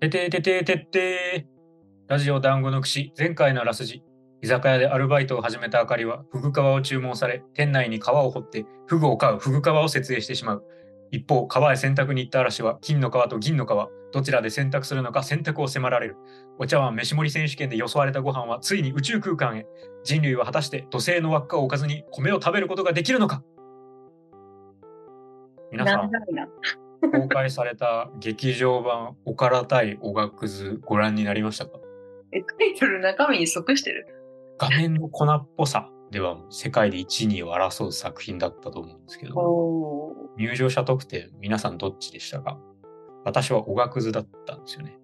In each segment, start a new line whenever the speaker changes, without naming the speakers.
ててててててラジオ団子の串前回のあらすじ居酒屋でアルバイトを始めたあかりはフグ皮を注文され店内に皮を掘ってフグを買うフグ皮を設営してしまう一方川へ洗濯に行った嵐は金の皮と銀の皮どちらで洗濯するのか選択を迫られるお茶碗飯盛り選手権でよそわれたご飯はついに宇宙空間へ人類は果たして土星の輪っかを置かずに米を食べることができるのか皆さん
長いな。
公開された劇場版「おから対おがくず」ご覧になりましたか
え、タイトル中身に即してる。
画面の粉っぽさでは世界で1、2を争う作品だったと思うんですけど、
お お。
入場者特典、皆さんどっちでしたか私はおがくずだったんですよね。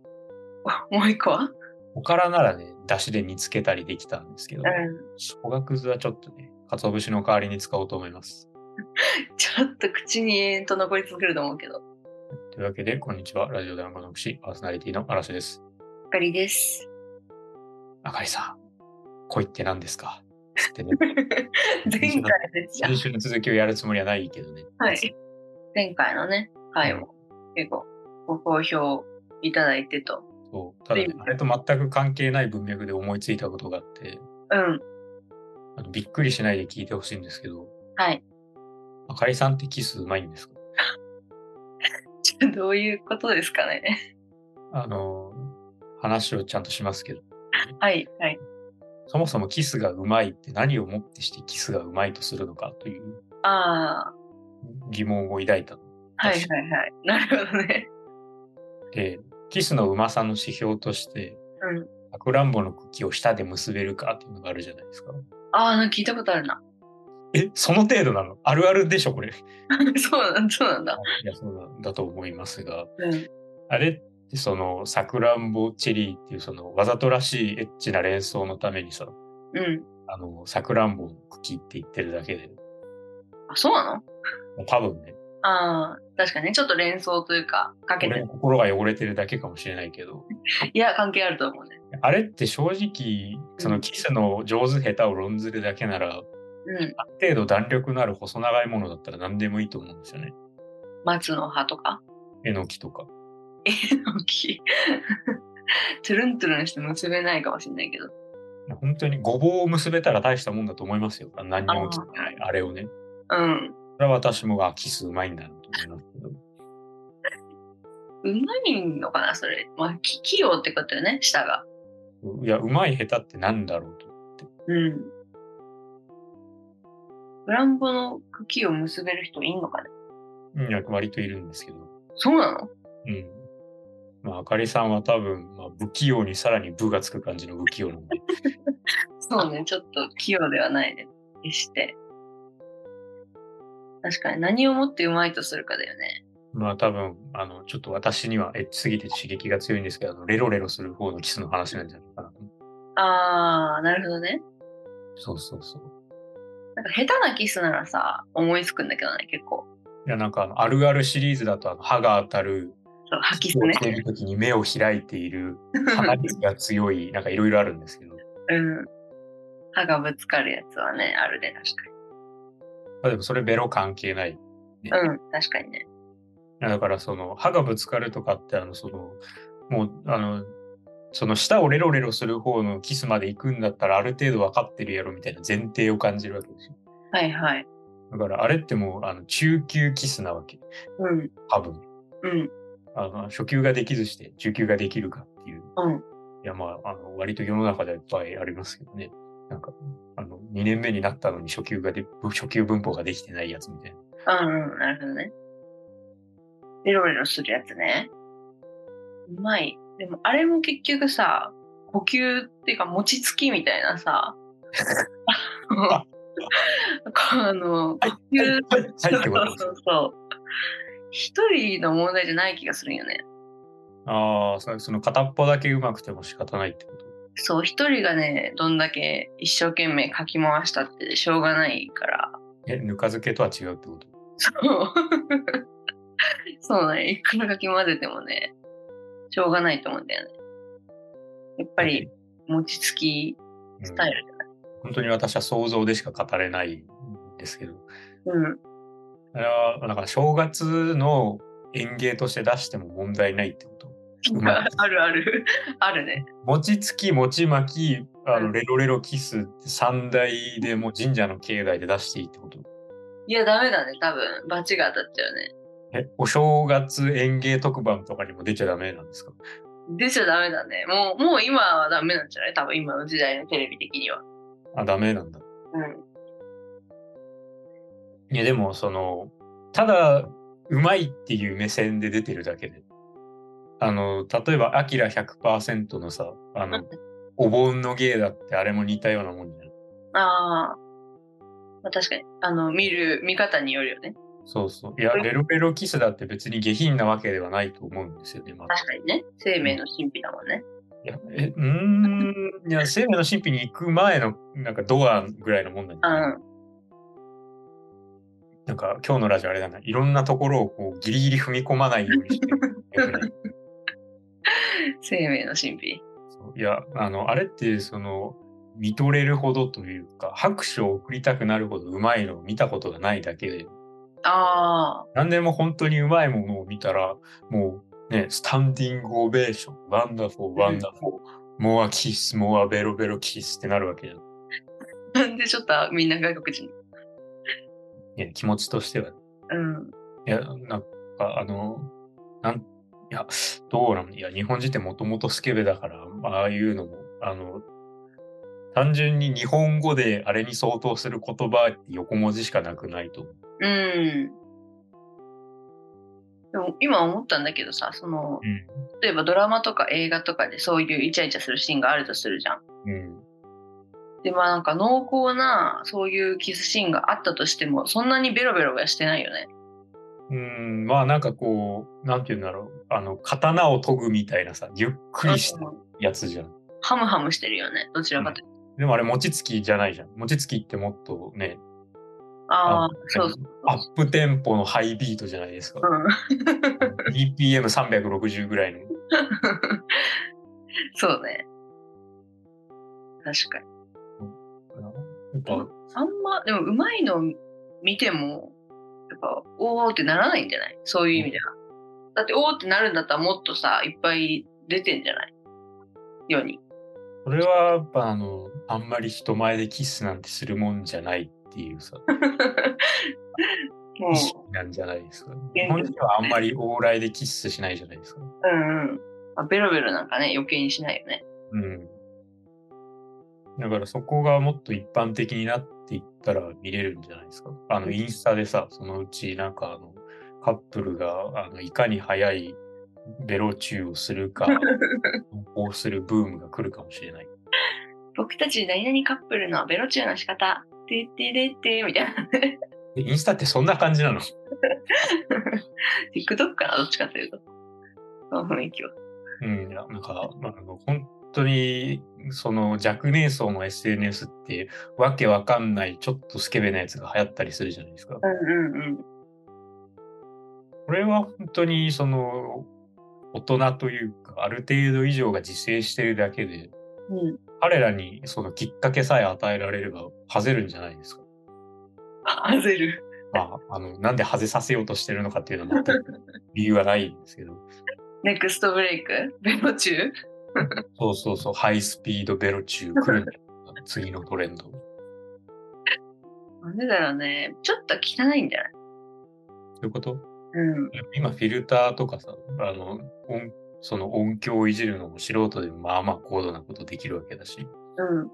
もう一個は
おからならね、出汁で煮つけたりできたんですけど
う、ん。
おがくずはちょっとね、鰹節の代わりに使おうと思います。
ちょっと口に延々と残り続けると思うけど。
というわけで、こんにちは。ラジオ団子の串、パーソナリティの嵐です。
あかりです。
あかりさん、恋って何ですかつってね、
前回でした。
先週の続きをやるつもりはないけどね。
はい。前回のね、回も結構ご好評いただいてと。
そうただ、ね、あれと全く関係ない文脈で思いついたことがあって、
うん。
あのびっくりしないで聞いてほしいんですけど、
はい。
あかりさんってキスうまいんですか
ちょどういうことですかね。
あの、話をちゃんとしますけど、
はい。はい。
そもそもキスがうまいって何をもってしてキスがうまいとするのかという
ああ。
疑問を抱いたの
はいはいはい。 なるほどね。
で、キスのうまさの指標として、
うん。
さくらんぼの茎を舌で結べるかっていうのがあるじゃないですか。
ああ、なんか聞いたことあるな。
え、その程度なのあるあるでしょ、これ。
そうなんそうなんだ。
いや、そうなんだと思いますが。
うん。
あれってそのさくらんぼチェリーっていうそのわざとらしいエッチな連想のためにさ
うん。
あのさくらんぼの茎って言ってるだけで
あ、そうなの
多分ね
ああ、確かにね。ちょっと連想というか、かけて
俺
る
の。心が汚れてるだけかもしれないけど
いや、関係あると思うね。
あれって正直そのキスの上手下手を論ずるだけなら
うん。
ある程度弾力のある細長いものだったら何でもいいと思うんですよね
松の葉とか、
えのきとか
えのき。トゥルントゥルンして結べないかもしれないけど。
本当にごぼうを結べたら大したもんだと思いますよ何にもつってないあれをね
うん。
それは私もあキスうまいんだなと思いますけど
うまいのかな、それ。まあ、き器用ってことよね、舌が。
いやうまい下手ってなんだろうと
うん。ブランボの茎を結べる人いんのかね
うん、いや割といるんですけど、
そうなの
うん。まあ、あかりさんは多分、まあ、不器用にさらに部がつく感じの不器用なんで、
そうね、ちょっと器用ではないね。決して。確かに何をもってうまいとするかだよね。
まあ多分、あの、ちょっと私にはエッチすぎて刺激が強いんですけど、あのレロレロする方のキスの話なんじゃないかなと。
あー、なるほどね。
そうそうそう。
なんか下手なキスならさ、思いつくんだけどね、結構。
いや、なんかあの、あるあるシリーズだと、あの歯が当たる、
そう、吐
息
きす
を
ね
し。ている時に目を開いている、鼻水が強い、なんかいろいろあるんですけど、
うん。歯がぶつかるやつはね、あるね、
まあでもそれベロ関係ない。
確かに。うん、確かにね。
いやだからその歯がぶつかるとかってあのそのもうあのその舌をレロレロする方のキスまで行くんだったらある程度分かってるやろみたいな前提を感じるわけですよ
はいはい。
だからあれってもうあの中級キスなわけ
うん、
多分
うん、
あの初級ができずして中級ができるかっていう
うん。
いやまああの割と世の中ではいっぱいありますけどねなんかあの2年目になったのに初級がで初級文法ができてないやつみたいな
うん、うん、なるほどね。ベロベロするやつね。うまい。でも、あれも結局さ、呼吸っていうか、餅つきみたいな さ、あのあの、呼
はい
吸
はいってこと
そう
です
そうそう。一人の問題じゃない気がするよね。
ああそその片っぽだけうまくても仕方ないってこと
そう、一人がね、どんだけ一生懸命かき回したってしょうがないから。
え、ぬか漬けとは違うってこと
そう。そうだね。いくらかき混ぜてもね、しょうがないと思うんだよね。やっぱり、餅つき
うん
スタイルだね。
本当に私は想像でしか語れないんですけど、
うん。
あれは、なんか正月の園芸として出しても問題ないってこと。うまい
あるある。あるね。
餅つき、餅巻き、あ
う
の
ん
レロレロキスって三大でもう神社の境内で出していいってこと
いや、ダメだね。多分、バチが当たっちゃうね。
え、お正月園芸特番とかにも出ちゃダメなんですか
出ちゃダメだね。もう、もう今はダメなんじゃない多分今の時代のテレビ的には。
あ、ダメなんだ。
うん。
いや、でも、その、ただ、うまいっていう目線で出てるだけで。あの、例えば、アキラ100%のさ、あの、お盆の芸だって、あれも似たようなもんじゃない
ああ。まあ確かに、あの、見る、見方によるよね。
そうそう。いや、ベロベロキスだって別に下品なわけではないと思うんですよね、また。
確かにね。生命の神秘だもんね。
いや、え、うーん、いや、生命の神秘に行く前の、なんかドアぐらいのもんだ
う
よね。
ん。
なんか、今日のラジオあれだな、いろんなところをこう、ギリギリ踏み込まないようにしてる
生命の神秘。
そういや、あの、あれって、その、見とれるほどというか、拍手を送りたくなるほどうまいのを見たことがないだけで、
ああ。
何でも本当にうまいものを見たら、もうね、スタンディングオベーション、ワンダフォー、ワンダフォー、モアキス、モアベロベロキスってなるわけじゃん。
なんでちょっとみんな外国人。
ね、気持ちとしては。
うん。
いや、なんか、あの、なん、いや、どうなのいや、日本人ってもともとスケベだから、ああいうのも、あの、単純に日本語であれに相当する言葉って横文字しかなくないと。
うん。でも今思ったんだけどさ、その、
うん。
例えばドラマとか映画とかでそういうイチャイチャするシーンがあるとするじゃん。
うん。
でまあなんか濃厚なそういうキスシーンがあったとしてもそんなにベロベロはしてないよね。
うん、まあなんかこう、なんて言うんだろう、あの、刀を研ぐみたいなさ、ゆっくりした
うん
やつじゃん。
ハムハムしてるよねどちらかというと。
でもあれ、餅つきじゃないじゃん。餅つきってもっとね、あ
ああそうそう
アップテンポのハイビートじゃないですか。
う ん
BPM360 ぐらいの。
そうね。確かに。
やっぱ
あんまでもうまいの見てもやっぱおーってならないんじゃないそういう意味では。だっておーってなるんだったらもっとさいっぱい出てんじゃない世に。
それはやっぱあのあんまり人前でキスなんてするもんじゃないっていうさ
も
意識
う
なんじゃないですか
現実
日本人はあんまり往来でキスしないじゃないですか
うんうんまあ。ベロベロなんかね余計にしないよね。
うんだからそこがもっと一般的になっていったら見れるんじゃないですかあのインスタでさそのうちなんかあのカップルがあのいかに早いベロチューをする かこうするブームが来るかもしれない
僕たち何々カップルのベロチューの仕方、てってれってみたいな。
でインスタってそんな感じなの
TikTok かな、どっちかというと。その雰囲気は。
うん、いやなんか、まあ、あの本当にその若年層の SNS ってわけわかんないちょっとスケベなやつが流行ったりするじゃないですか。
うんうんうん。
これは本当にその大人というかある程度以上が自制してるだけで
うん、
彼らにそのきっかけさえ与えられればハゼるんじゃないですか。
あ焦る。
まあ、あのなんでハゼさせようとしてるのかっていうのは全く理由はないんですけど
ネクストブレイクベロチュー
そうそうそうハイスピードベロチュー来るんだよ次のトレンド。
なんでだろうね。ちょっと汚いんじゃない
ということ
うん。
今フィルターとかさあの音その音響をいじるのも素人でもまあまあ高度なことできるわけだし
うん。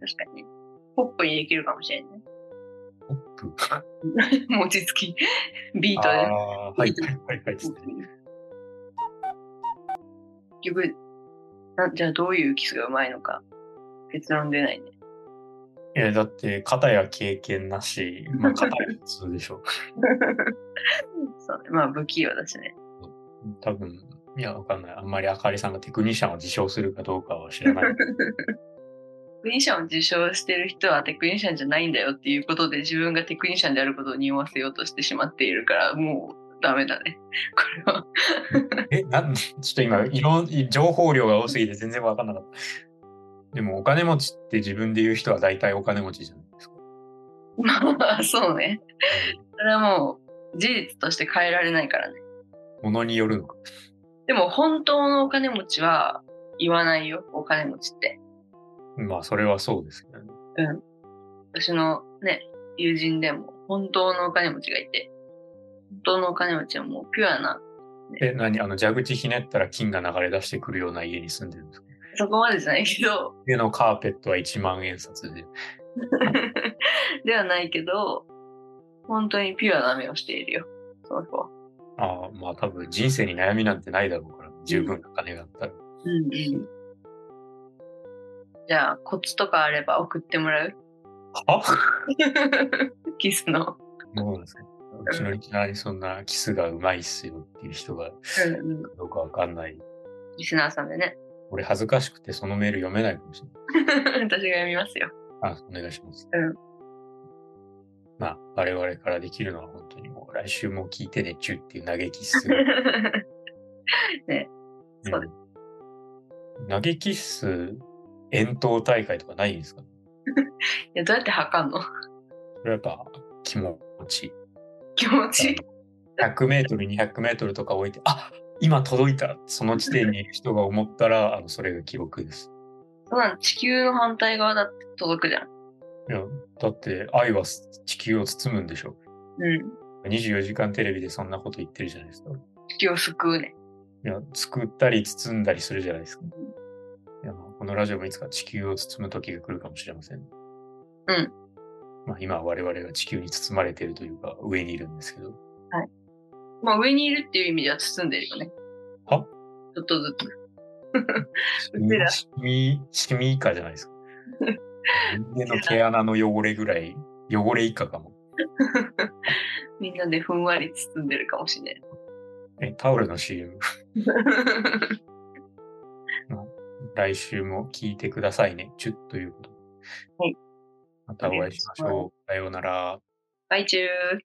確かにね。ポップにできるかもしれんね。
ポップあ
餅つき。ビートで。
ーはいはいはいはいつって
結局なじゃあどういうキスがうまいのか結論出ないね。
いやだって肩や経験なし、まあ、肩や普通でしょ
そうねまあ不器用だしね。
多分いやわかんないあんまりあかりさんがテクニシャンを自称するかどうかは知らない
テクニシャンを受賞してる人はテクニシャンじゃないんだよっていうことで自分がテクニシャンであることを匂わせようとしてしまっているからもうダメだね。これは。
えなんちょっと今いろん情報量が多すぎて全然わかんなかったでもお金持ちって自分で言う人は大体お金持ちじゃないですか
まあそうね。それはもう事実として変えられないからね。
ものによるのか。
でも本当のお金持ちは言わないよ、お金持ちって。
まあ、それはそうですけどね。
私のね、友人でも本当のお金持ちがいて、本当のお金持ちはもうピュアな、
え、何あの、蛇口ひねったら金が流れ出してくるような家に住んでるんですか
そこまでじゃないけど、
家のカーペットは1万円札で。
ではないけど、本当にピュアな目をしているよ、その子は。
ああ、まあ多分人生に悩みなんてないだろうから、十分な金があったら。
うんうん。じゃあ、コツとかあれば送ってもらう
は
キスの。
どうなんですかうちのリスナーにそんなキスがうまいっすよっていう人が
うんうん。
どうかわかんない。
リスナーさんでね。
俺恥ずかしくてそのメール読めないかもしれない。
私が読みますよ。
あ、お願いします。
うん
まあ、我々からできるのは本当にもう来週も聞いてねちゅっていう嘆きっ す。
ね、そうで
うん投げキッス遠投大会とかないんですか
いや、どうやって測んの
それはやっぱ気持ち。
気持ちいい。
100メートル、200メートルとか置いて、あ今届いたその地点にいる人が思ったら、あのそれが記録です。
そうなの、地球の反対側だって届くじゃん。
いやだって愛は地球を包むんでしょ。
うん。
24時間テレビでそんなこと言ってるじゃないですか。
地球を救うね。
いや、作ったり包んだりするじゃないですか。いやまあこのラジオもいつか地球を包む時が来るかもしれません。
ん
まあ、今我々が地球に包まれてるというか、上にいるんですけど。
まあ、上にいるっていう意味では包んでるよね。
は
ちょっとずつ。 うちら
シミ、シミ以下じゃない ですか。人間の毛穴の汚れぐらい、汚れ以下かも。
みんなでふんわり包んでるかもしれない。
え、タオルの CM。来週も聞いてくださいね。チュッということで。
はい。
またお会いしましょう。さようなら。
バイチュー。